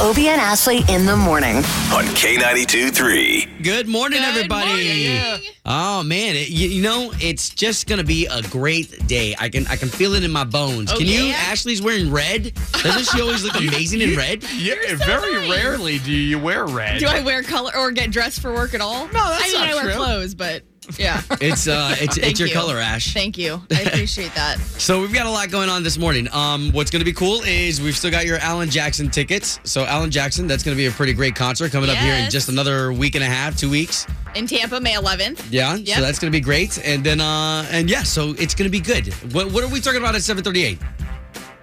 Obie and Ashley in the morning. on K92 3. Good morning, Good everybody. morning. Oh man, it, you, you know it's just gonna be a great day. I can I can feel it in my bones. Oh, can you? yeah? Ashley's wearing red. Doesn't she always look amazing in red? Yeah, You're so very nice. rarely do you wear red. Do I wear color or get dressed for work at all? No, that's I mean, not I wear true. clothes, but yeah. It's uh, it's Thank it's your you. color, Ash. Thank you. I appreciate that. So we've got a lot going on this morning. Um, what's going to be cool is we've still got your Alan Jackson tickets. So Alan Jackson, that's going to be a pretty great concert coming up here in Yes. just another week and a half, two weeks. In Tampa, May 11th. Yeah. Yep. So that's going to be great. And then uh, and yeah, so it's going to be good. What what are we talking about at seven thirty eight?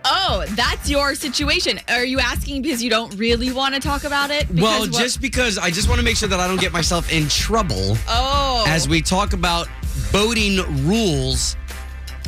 Oh, that's your situation. Are you asking because you don't really want to talk about it? Because Well, what- just because I just want to make sure that I don't get myself in trouble oh, as we talk about boating rules.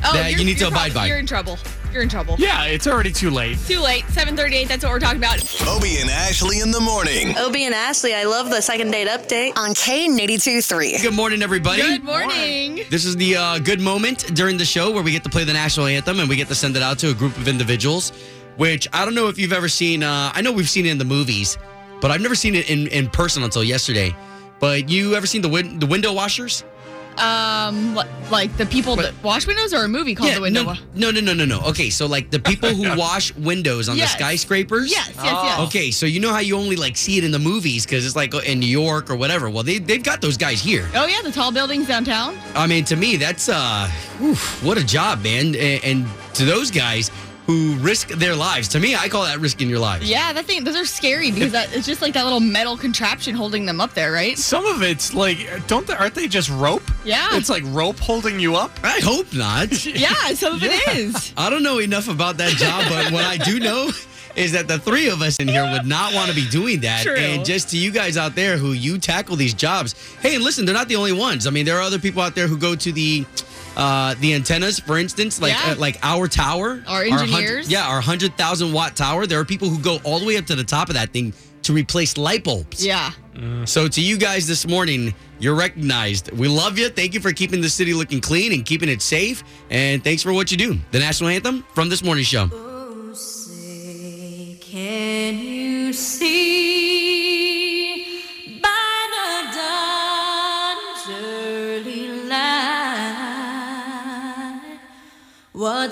oh, that you're- you need to you're abide probably- by. You're in trouble. You're in trouble. Yeah, it's already too late. Too late. 7:38. That's what we're talking about. Obie and Ashley in the morning. Obie and Ashley, I love the second date update. On K82 3. Good morning, everybody. Good morning. This is the uh, good moment during the show where we get to play the national anthem and we get to send it out to a group of individuals. Which I don't know if you've ever seen. Uh, I know we've seen it in the movies, but I've never seen it in, in person until yesterday. But you ever seen the win- the window washers? Um, li- like the people that wash windows or a movie called Oh, The Window. no, Wa- no, no, no, no, no. Okay, so like the people who wash windows on Yes. the skyscrapers. Yes, yes, yes. Okay, so you know how you only like see it in the movies because it's like in New York or whatever. Well, they they've got those guys here. Oh yeah, the tall buildings downtown. I mean, to me, that's uh, oof, what a job, man. And, and to those guys who risk their lives, to me, I call that risking your lives. Yeah, that thing. Those are scary because that, it's just like that little metal contraption holding them up there, right? Some of it's like, don't they, aren't they just rope? Yeah. It's like rope holding you up. I hope not. Yeah, some of it is. I don't know enough about that job, but what I do know is that the three of us in here would not want to be doing that. True. And just to you guys out there who you tackle these jobs, hey, and listen, they're not the only ones. I mean, there are other people out there who go to the uh, the antennas, for instance, like Yeah. uh, like our tower, Our hun- engineers. yeah, our hundred thousand watt tower. There are people who go all the way up to the top of that thing to replace light bulbs. Yeah. So to you guys this morning, you're recognized. We love you. Thank you for keeping the city looking clean and keeping it safe. And thanks for what you do. The national anthem from this morning's show. Can you see by the dawn's early light what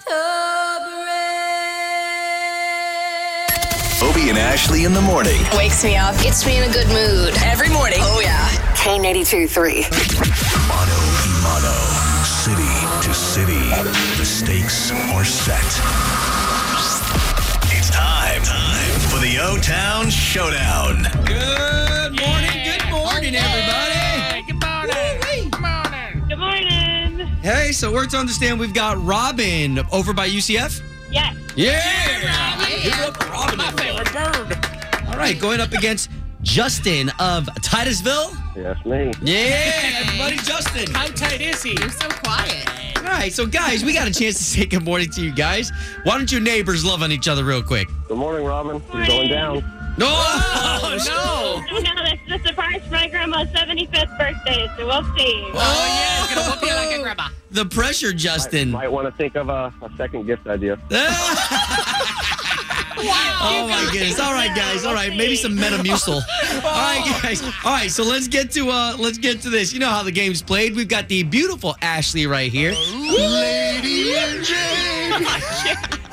of the Obie brave. and Ashley in the morning. Wakes me up, gets me in a good mood. Every morning. Oh, yeah. K82 3. Mono e mono. City to city. The stakes are set. It's time, time for the O Town Showdown. Good morning, good morning, everybody. Oh, Good morning. Good morning. Good morning. Hey, so we're to understand we've got Robin over by UCF. Yes. Yeah, Give it up for Robin. everybody. Bird. All right, going up against Justin of Titusville. That's me. Yeah, that's buddy Justin. How tight is he? You're so quiet. All right, so guys, we got a chance to say good morning to you guys. Why don't you neighbors love on each other real quick? Good morning, Robin. You're going down. No. Oh, No, that's the surprise for my grandma's 75th birthday, so we'll see. Oh, Gonna whoop you like a grandma. The pressure, Hmm. Justin. Might want to think of a, a second gift idea. Oh my goodness! All right, guys. All right, maybe some Metamucil. All right, guys. All right, so let's get to uh, let's get to this. You know how the game's played. We've got the beautiful Ashley right here. Lady and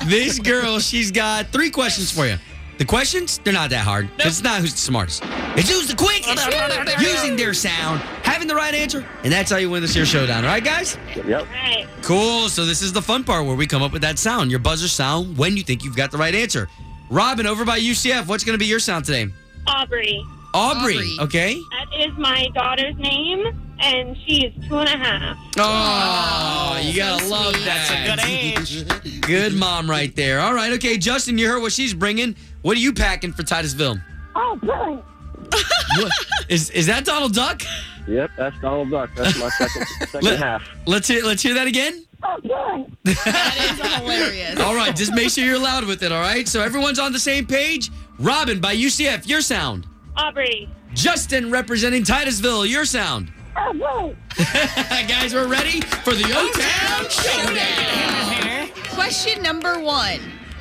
This girl, she's got three questions for you. The questions, they're not that hard. It's not who's the smartest. It's who's the quickest. using their sound, having the right answer, and that's how you win this here showdown. All right, guys. Yep. All right. Cool. So this is the fun part where we come up with that sound, your buzzer sound, when you think you've got the right answer. Robin, over by UCF, what's going to be your sound today? Aubrey. Aubrey. Aubrey. Okay. That is my daughter's name, and she is two and a half. Oh, you gotta love that. That's a good age. That's a good mom right there. All right. Okay, Justin, you heard what she's bringing. What are you packing for Titusville? Oh, brilliant. What- is is that Donald Duck? Yep. That's Donald Duck. That's my second second Let- half. Let's hear let's hear that again. That is hilarious. All right. Just make sure you're loud with it. All right. So everyone's on the same page. Robin by UCF, your sound. Aubrey. Justin representing Titusville, your sound. Guys, we're ready for the O Town Showdown. Question number one.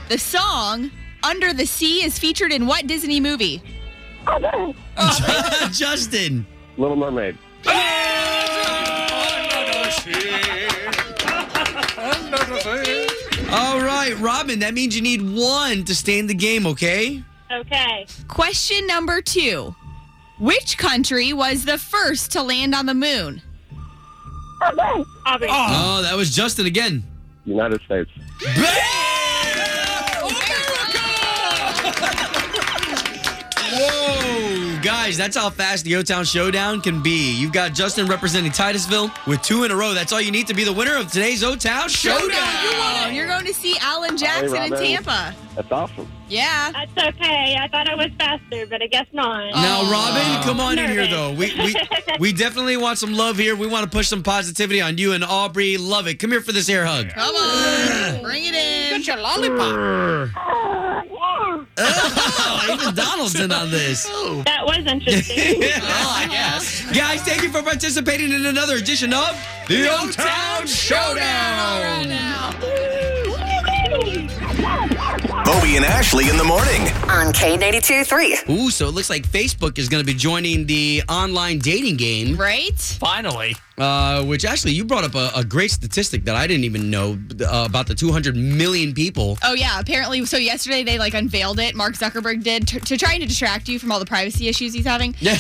The song Under the Sea is featured in what Disney movie? Justin. Little Mermaid. All right, Robin, that means you need one to stay in the game, okay? Okay. Question number two. Which country was the first to land on the moon? Aubrey. Oh, that was Justin again. United States. Whoa, guys, that's how fast the O Town Showdown can be. You've got Justin representing Titusville with two in a row. That's all you need to be the winner of today's O Town You Showdown. won it. You're going to see Alan Jackson in Robin. Tampa. That's awesome. Yeah. That's okay. I thought I was faster, but I guess not. Now, Robin, come on in here, Nervous. though. We, we we definitely want some love here. We want to push some positivity on you and Aubrey. Love it. Come here for this air hug. Come on. Bring it in. your lollipop. Oh, even Donald's in on this. Oh, That was interesting. I guess. Guys, thank you for participating in another edition of the O Town Showdown. Bowie and Ashley in the morning. On K82 3. Ooh, so it looks like Facebook is going to be joining the online dating game, Right? Finally. uh, which actually you brought up a, a great statistic that I didn't even know uh, about the 200 million people. Oh yeah, apparently. So yesterday they like unveiled it. Mark Zuckerberg did t- to try to distract you from all the privacy issues he's having. yeah,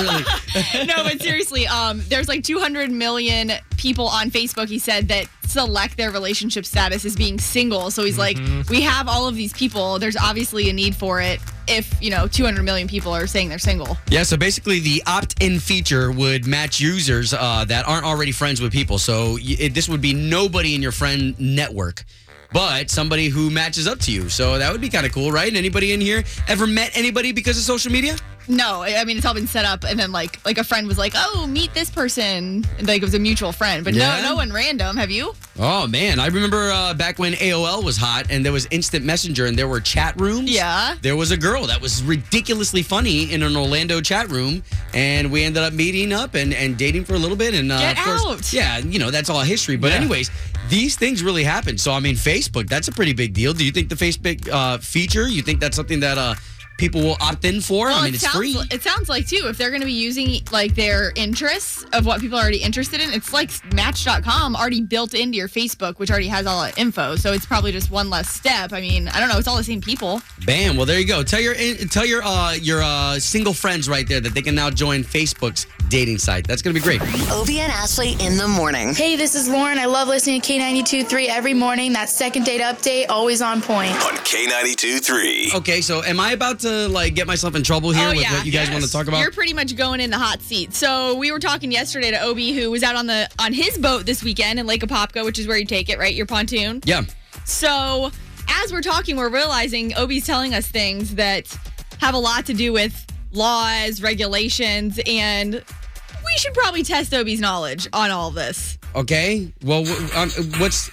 really. no, but seriously, um, there's like 200 million people on Facebook. He said that select their relationship status as being single. So he's Mm-hmm. like, we have all of these people. There's obviously a need for it. If you know, 200 million people are saying they're single. Yeah, so basically the opt-in feature would match users uh, that aren't already friends with people. So y- it, this would be nobody in your friend network, but somebody who matches up to you. So that would be kind of cool, right? Anybody in here ever met anybody because of social media? No, I I mean it's all been set up, and then like like a friend was like, oh, meet this person. And, like it was a mutual friend, but Yeah. no, no one random. Have you? Oh man, I remember uh, back when AOL was hot and there was instant messenger and there were chat rooms. Yeah. There was a girl that was ridiculously funny in an Orlando chat room, and we ended up meeting up and, and dating for a little bit. And uh, Get of course, out. yeah, you know that's all history. But Yeah. anyways, these things really happen. So I mean, Facebook, that's a pretty big deal. Do you think the Facebook uh, feature? You think that's something that uh, people will opt in for? I mean, it it's sounds, free. It sounds like too, if they're going to be using like their interests of what people are already interested in, it's like Match.com already built into your Facebook, which already has all that info. So it's probably just one less step. I mean, I don't know. It's all the same people. Bam! Well, there you go. Tell your tell your uh, your uh, single friends right there that they can now join Facebook's dating site. That's gonna be great. Obie and Ashley in the morning. Hey, this is Lauren. I love listening to K92 3 every morning. That second date update, always on point. On K92 3. Okay, so am I about to like get myself in trouble here Oh, with yeah. what you guys want to talk about? You're pretty much going in the hot seat. So we were talking yesterday to Obi, who was out on the on his boat this weekend in Lake Apopka, which is where you take it, right? Your pontoon. yeah. So, as we're talking, we're realizing Obi's telling us things that have a lot to do with laws, regulations, and we should probably test Obie's knowledge on all this. Okay. Well, wh- um, what's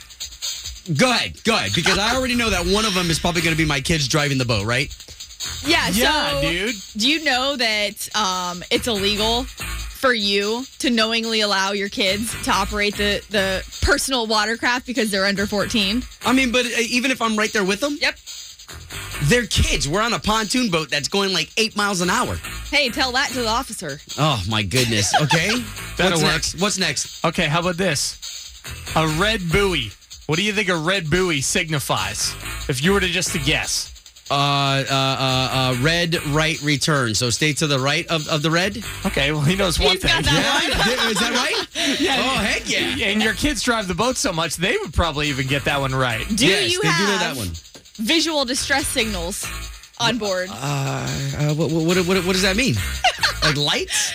good? Good because I already know that one of them is probably going to be my kids driving the boat, right? Yeah, Yeah, so dude. Do you know that um, it's illegal for you to knowingly allow your kids to operate the, the personal watercraft because they're under 14? I mean, but uh, even if I'm right there with them, yep, they're kids. We're on a pontoon boat that's going like eight miles an hour. Hey, tell that to the officer. Oh my goodness. Okay. That'll What's work. next? What's next? Okay, how about this? A red buoy. What do you think a red buoy signifies? If you were to just to guess. Uh, uh, uh, uh, red, right, return. So stay to the right of, of the red. Okay, well, he knows one He's got thing. that yeah? Yeah, Is that right? Yeah. Oh, heck yeah. And your kids drive the boat so much, they would probably even get that one right. Do you have visual distress signals on board? Uh, uh, what, what, what, what does that mean? like lights?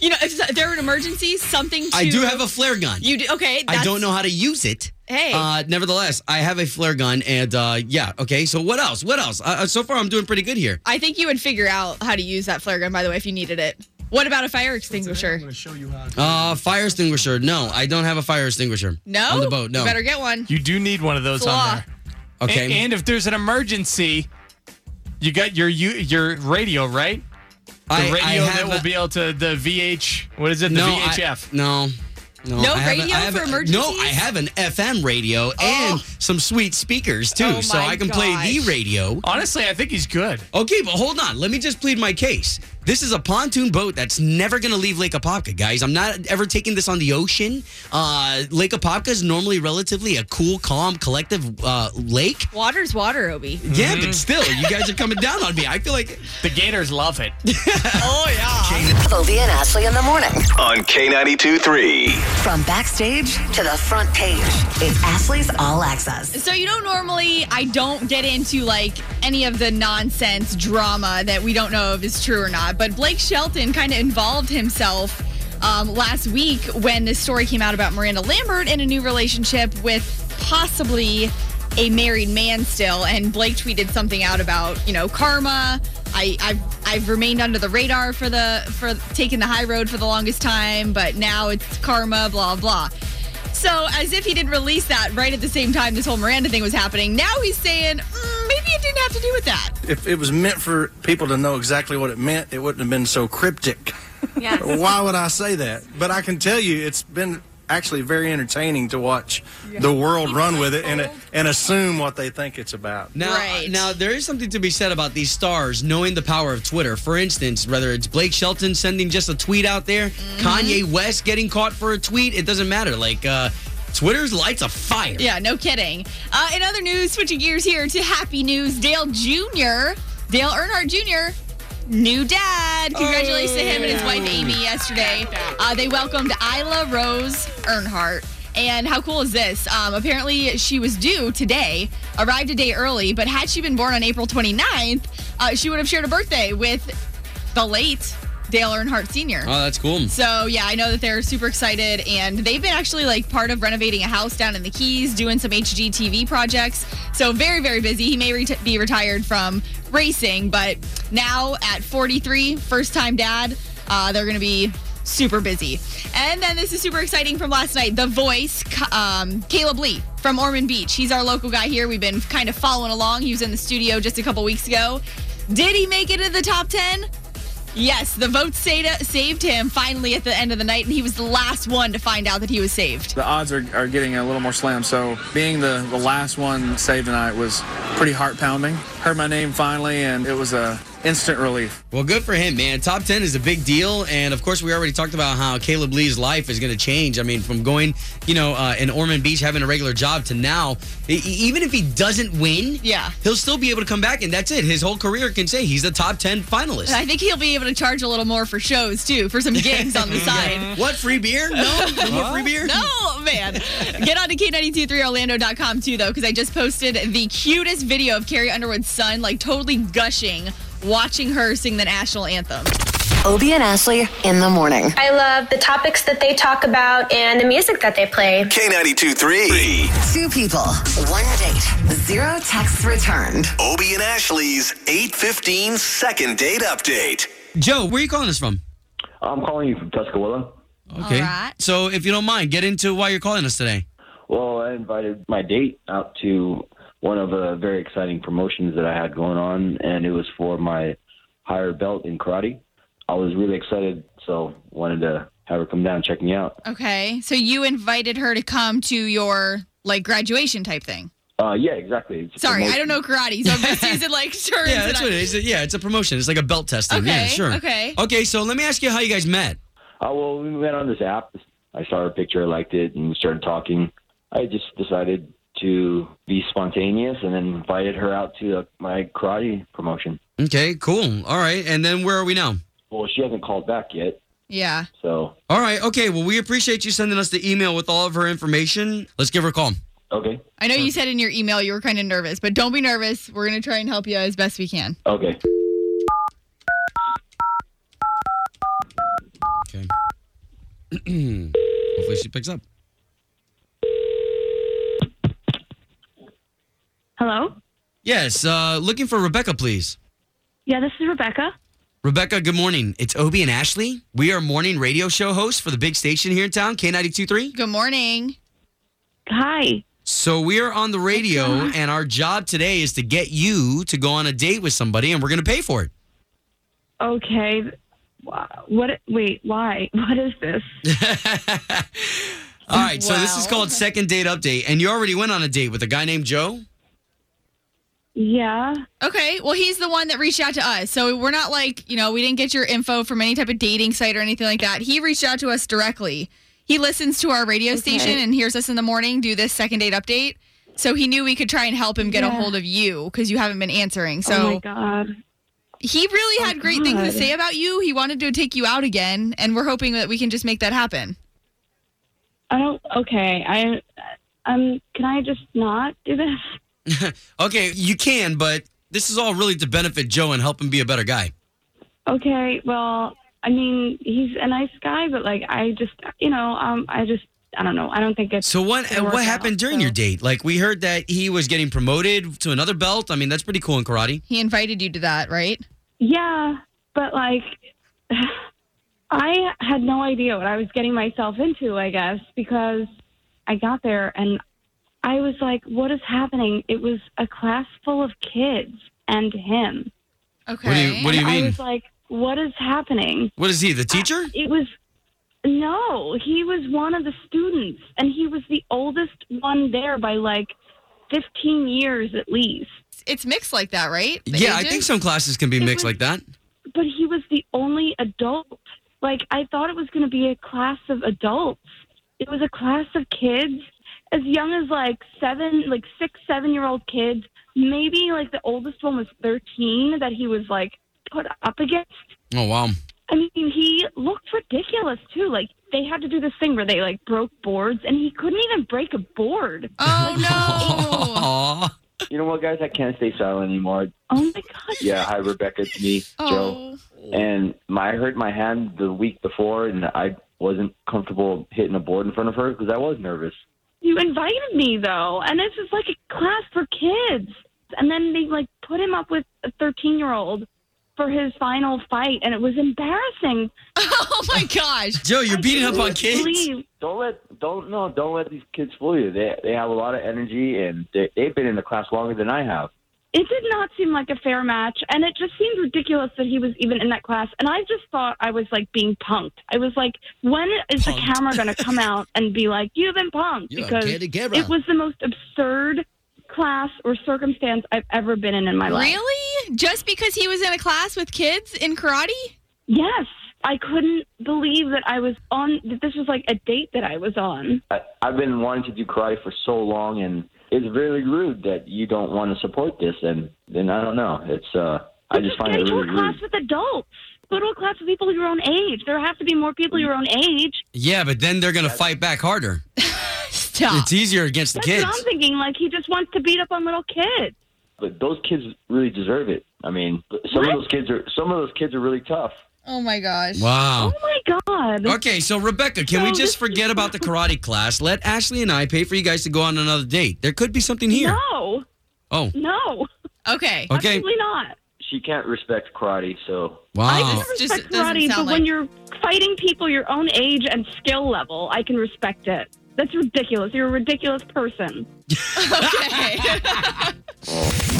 You know, if they're an emergency, something to. I do have a flare gun. You do? Okay. I that's- don't know how to use it. Hey. Uh, nevertheless, I have a flare gun, and uh, yeah, okay. So what else? What else? Uh, Uh, so far, I'm doing pretty good here. I think you would figure out how to use that flare gun, by the way, if you needed it. What about a fire extinguisher? I'm going to show you how. Uh, fire extinguisher? No, I don't have a fire extinguisher. No? on the boat. No. You better get one. You do need one of those It's a law. on there. Okay. And, and if there's an emergency, you got your you, your radio, right? The I- I radio that have will a- be able to the VH. What is it? The no, I- VHF. no. No, No I have a- radio I have for a- No, emergencies? I have an FM radio Oh. and some sweet speakers too, Oh so my I can play the gosh. radio. Honestly, I think he's good. Okay, but hold on. Let me just plead my case. This is a pontoon boat that's never going to leave Lake Apopka, guys. I'm not ever taking this on the ocean. Uh, Lake Apopka is normally relatively a cool, calm, collective uh, lake. Water's water, Obi. Yeah, but still, you guys are coming down on me. I feel like the Gators love it. Obie and Ashley in the morning. On K92 3. From backstage to the front page, it's Ashley's All Access. So you know, normally I don't get into like any of the nonsense drama that we don't know if is true or not. But Blake Shelton kind of involved himself um, last week when this story came out about Miranda Lambert in a new relationship with possibly a married man still. And Blake tweeted something out about you know karma. I, I've I've remained under the radar for the for taking the high road for the longest time, but now it's karma. Blah blah. So, as if he didn't release that right at the same time this whole Miranda thing was happening, now he's saying "Mm, maybe it didn't have to do with that. If it was meant for people to know exactly what it meant, it wouldn't have been so cryptic. Yeah. Why would I say that? But I can tell you it's been actually very entertaining to watch the world run with it and, and assume what they think it's about. Now, now there is something to be said about these stars knowing the power of Twitter. For instance, whether it's Blake Shelton sending just a tweet out there, Kanye West getting caught for a tweet, it doesn't matter. Like uh, Twitter's lights a fire. Yeah, no kidding. Uh, in other news, switching gears here to happy news Dale Jr., Dale Earnhardt Jr., new dad. Congratulations to him and his wife Amy yesterday. Uh, they welcomed Isla Rose Earnhardt. And how cool is this? Um, apparently, she was due today, arrived a day early, but had she been born on April 29th, uh, she would have shared a birthday with the late Dale Earnhardt Sr. Oh, that's cool. So yeah, I know that they're super excited, and they've been actually like part of renovating a house down in the Keys, doing some HGTV projects. So very, very busy. He may ret- be retired from racing, but now at 43, first time dad, uh, they're going to be super busy. And then this is super exciting from last night. The Voice, Ca- um, Caleb Lee from Ormond Beach. He's our local guy here. We've been kind of following along. He was in the studio just a couple weeks ago. Did he make it to the top 10? Yes, the vote saved, saved him finally at the end of the night, and he was the last one to find out that he was saved. The odds are, are getting a little more slim, so being the, the last one saved tonight was pretty heart pounding. Heard my name finally, and it was a instant relief. Well, good for him, man. Top 10 is a big deal. And of course, we already talked about how Caleb Lee's life is going to change. I mean, from going, you know, uh, in Ormond Beach having a regular job to now, e- e- even if he doesn't win, yeah, he'll still be able to come back. And that's it. His whole career can say he's a top 10 finalist. And I think he'll be able to charge a little more for shows too, for some gigs on the side. What free beer? No, no more free beer. No, man. Get on to K923Orlando.com too, though, because I just posted the cutest video of Carrie Underwood's son, like totally gushing, watching her sing the national anthem. Obie and Ashley in the morning. I love the topics that they talk about and the music that they play. K92 3. Two people, one date, zero texts returned. Obie and Ashley's 815 second date update. Joe, where are you calling us from? I'm calling you from Tuscaloosa. Okay. So, if you don't mind, get into why you're calling us today. Well, I invited my date out to one of the very exciting promotions that I had going on, and it was for my higher belt in karate. I was really excited, so wanted to have her come down and check me out. Okay. So you invited her to come to your like graduation type thing. Uh, yeah, exactly. It's a Sorry, I promotion. don't know karate, so this is like terms. Yeah, that that's I- what it is. Yeah, it's a promotion. It's like a belt testing. yeah, Okay, sure. Oh. okay. Okay, so let me ask you how you guys met. Uh, well, we met on this app. I saw her picture, I liked it, and we started talking. I just decided to be spontaneous and then invited her out to uh, my karate promotion. Okay, cool. All right, and then where are we now? Well, she hasn't called back yet, Yeah. so All right, okay. Well, we appreciate you sending us the email with all of her information. Let's give her a call. Okay. I know you said in your email you were kind of nervous, but don't be nervous. We're gonna try and help you as best we can. okay. Hopefully, she picks up. Hello? Yes, uh, looking for Rebecca, please. Yeah, this is Rebecca. Rebecca, good morning. It's Obie and Ashley. We are morning radio show hosts for the big station here in town, K92.3. Good morning. Hi. So we are on the radio, and our job today is to get you to go on a date with somebody, and we're going to pay for it. Okay. Wh- What? Wait. Why? What is this? All right, so this is called Second Date Update, and you already went on a date with a guy named Joe? Yeah. Okay. Well, he's the one that reached out to us. So we're not like, you know, we didn't get your info from any type of dating site or anything like that. He reached out to us directly. He listens to our radio station and hears us in the morning do this second date update. So he knew we could try and help him get a Yeah. hold of you because you haven't been answering. So oh my god. he really had great things to God. say about you. He wanted to take you out again, and we're hoping that we can just make that happen. I don't. Oh, Okay. I. Um. Can I just not do this? Okay, you can, but this is all really to benefit Joe and help him be a better guy. Okay. Well, I mean, he's a nice guy, but like, I just, you know, um, I just, I don't know. I don't think it's. So what gonna what work happened out, during so. your date? Like we heard that he was getting promoted to another belt. I mean, that's pretty cool in karate. He invited you to that, right? Yeah, but like, I had no idea what I was getting myself into, I guess, because I got there and I was like, what is happening? It was a class full of kids and him. Okay. What do you- what do you And mean? I was like, what is happening? What is he, the teacher? It was no, he was one of the students, and he was the oldest one there by like fifteen years at least. It's mixed like that, right? The yeah, I ages? think some classes can be mixed like that. But he was the only adult. Like I thought it was going to be a class of adults. It was a class of kids as young as like seven, like six, seven year old kids. Maybe like the oldest one was thirteen that he was like put up against. Oh wow. I mean, he looked ridiculous too. Like they had to do this thing where they like broke boards, and he couldn't even break a board. Oh You know what, guys? I can't stay silent anymore. Oh my god. Yeah, hi Rebecca, it's me, Oh. Joe. And my, I hurt my hand the week before, and I wasn't comfortable hitting a board in front of her because I was nervous. You invited me though, and this is like a class for kids. And then they like put him up with a 13 year old for his final fight, and it was embarrassing. oh my gosh. Joe, you're beating up on kids. Don't let don't no don't let these kids fool you. They they have a lot of energy, and they, they've been in the class longer than I have. It did not seem like a fair match, and it just seemed ridiculous that he was even in that class. And I just thought I was like being punked. I was like, when is the camera going to come out and be like, you've been punked? You're a because kid again. it was the most absurd class or circumstance I've ever been in in my life. Really? Just because he was in a class with kids in karate? Yes. I couldn't believe that I was on, that this was like a date that I was on. I, I've been wanting to do karate for so long, and it's really rude that you don't want to support this. And then I don't know. It's uh, I just find Get it into a really class rude. with adults. Go to a class with people your own age. There have to be more people your own age. Yeah, but then they're gonna fight back harder. Stop. It's easier against the That's kids. what I'm thinking. Like, he just wants to beat up on little kids. But those kids really deserve it. I mean, some of those kids are some of those kids are really tough. Oh my gosh. Wow. Oh my God. Okay, so Rebecca, can we just forget about the karate class? Let Ashley and I pay for you guys to go on another date. There could be something here. No. Oh. No. Okay. Okay. Absolutely not. she can't respect karate, so I can respect karate, but when you're fighting people your own age and skill level, I can respect it. That's ridiculous. You're a ridiculous person.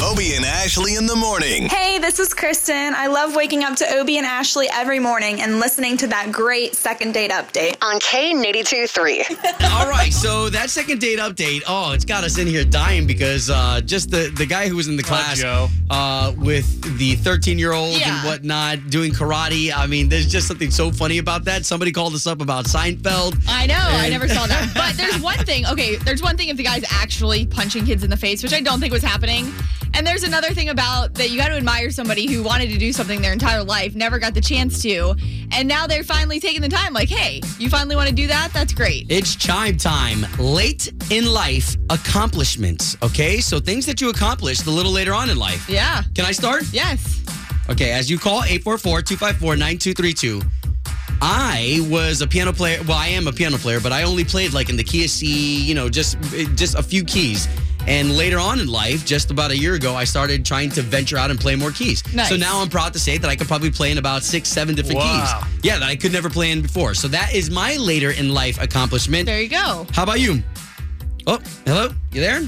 Obie and Ashley in the morning. Hey, this is Kristen. I love waking up to Obie and Ashley every morning and listening to that great second date update on K82 3. All right, so that second date update. Oh, it's got us in here dying because uh, just the the guy who was in the class uh, with the 13 year old and whatnot doing karate. I mean, there's just something so funny about that. Somebody called us up about Seinfeld. I know. I And- never saw that. But there's one thing. Okay, there's one thing if the guy's actually punching kids in the face, which I don't think was happening. And there's another thing about that you got to admire somebody who wanted to do something their entire life, never got the chance to, and now they're finally taking the time. Like, hey, you finally want to do that? That's great. It's chime time. Late in life accomplishments. Okay, so things that you accomplished a little later on in life. Yeah. Can I start? Yes. Okay, as you call 844-254-9232. I was a piano player. Well, I am a piano player, but I only played like in the key of C, you know, just just a few keys. And later on in life, just about a year ago, I started trying to venture out and play more keys. Nice. So now I'm proud to say that I could probably play in about six, seven different Wow. keys. Yeah, that I could never play in before. So that is my later in life accomplishment. There you go. How about you? Oh, hello? You there?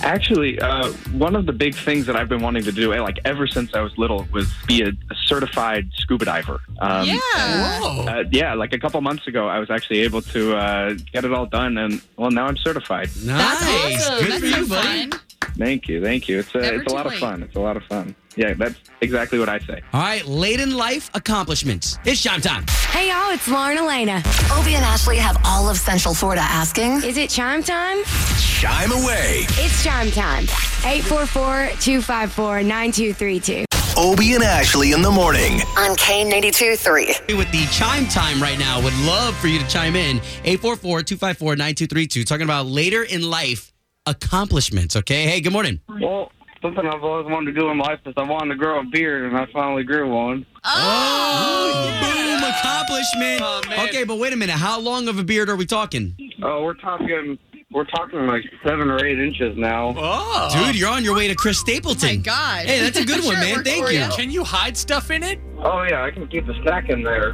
Actually, uh, one of the big things that I've been wanting to do, eh, like ever since I was little, was be a, a certified scuba diver. Um, yeah. Oh. Uh, yeah, like a couple months ago, I was actually able to uh, get it all done, and well, now I'm certified. Nice. Good for you, buddy. Thank you, thank you. It's a, Never it's a too lot late. of fun. It's a lot of fun. Yeah, that's exactly what I say. All right, late in life accomplishments. It's chime time. Hey y'all, it's Lauren Elena. Obie and Ashley have all of Central Florida asking. Is it chime time? Chime away. It's chime time. 844-254-9232. Obie and Ashley in the morning. On K82 3. With the chime time right now, would love for you to chime in. 844-254-9232. Talking about later in life accomplishments, okay? Hey, good morning. Well, something I've uh, always wanted to do in life is I wanted to grow a beard, and I finally grew one. Oh, boom, accomplishment. okay, but wait a minute. How long of a beard are we talking? Oh, we're talking, we're talking like seven or eight inches now. Oh. Dude, you're on your way to Chris Stapleton. God. Hey, that's a good one, Sure, man. we're Thank you. Oreo. Can you hide stuff in it? Oh yeah, I can keep the snack in there.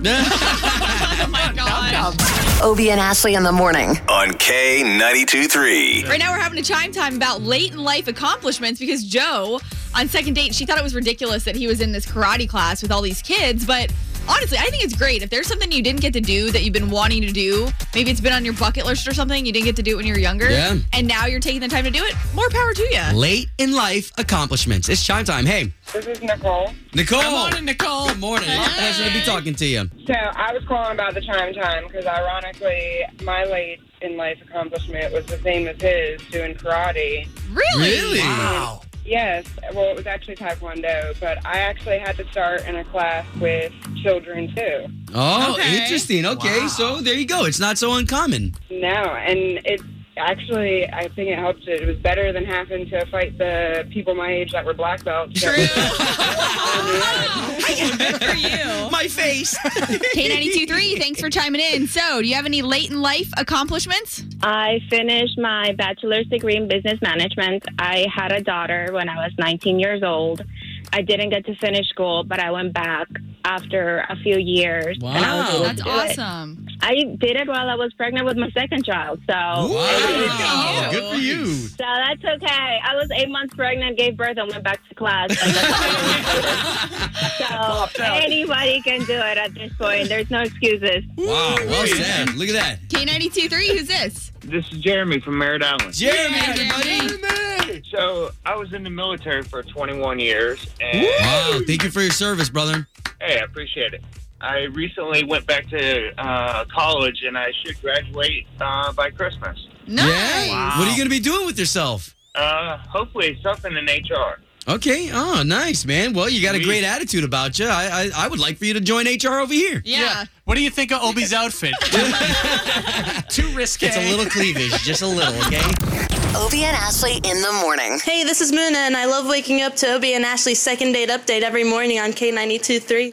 Oh Obie and Ashley in the morning. On K92 3. Right now, we're having a chime time about late in life accomplishments because Joe, on second date, she thought it was ridiculous that he was in this karate class with all these kids. But honestly, I think it's great. If there's something you didn't get to do that you've been wanting to do, maybe it's been on your bucket list or something, you didn't get to do it when you were younger, Yeah. and now you're taking the time to do it, more power to you. Late in life accomplishments. It's chime time. Hey, This is Nicole. Nicole. Good morning, Nicole. Good morning. Pleasure to be talking to you. So I was calling about the chime time because, ironically, my late in life accomplishment was the same as his, doing karate. Really? Really? Wow. Yes. Well, it was actually Taekwondo, but I actually had to start in a class with children too. Oh, interesting. Okay, so there you go. It's not so uncommon. No, and it actually, I think it helped. It was better than having to fight the people my age that were black belts. True. My face. K92.3, thanks for chiming in. So, do you have any late in life accomplishments? I finished my bachelor's degree in business management. I had a daughter when I was 19 years old. I didn't get to finish school, but I went back after a few years. And I was able That's to do it. awesome. I did it while I was pregnant with my second child. So, Oh, good for you. so that's okay. I was eight months pregnant, gave birth, and went back to class. so anybody can do it at this point. There's no excuses. Wow, well said. Look at that. K92.3, who's this? This is Jeremy from Merritt Island. Jeremy, So I was in the military for 21 years, and Wow, thank you for your service, brother. hey, I appreciate it. I recently went back to uh, college, and I should graduate uh, by Christmas. Yeah. What are you going to be doing with yourself? Uh, hopefully, something in HR. Okay. Oh, nice, man. Well, you got a great attitude about you. I, I I would like for you to join HR over here. Yeah. What do you think of Obi's outfit? Too risky. It's a little cleavage, just a little, okay? Obie and Ashley in the morning. Hey, this is Muna, and I love waking up to Obie and Ashley's second date update every morning on K92.3.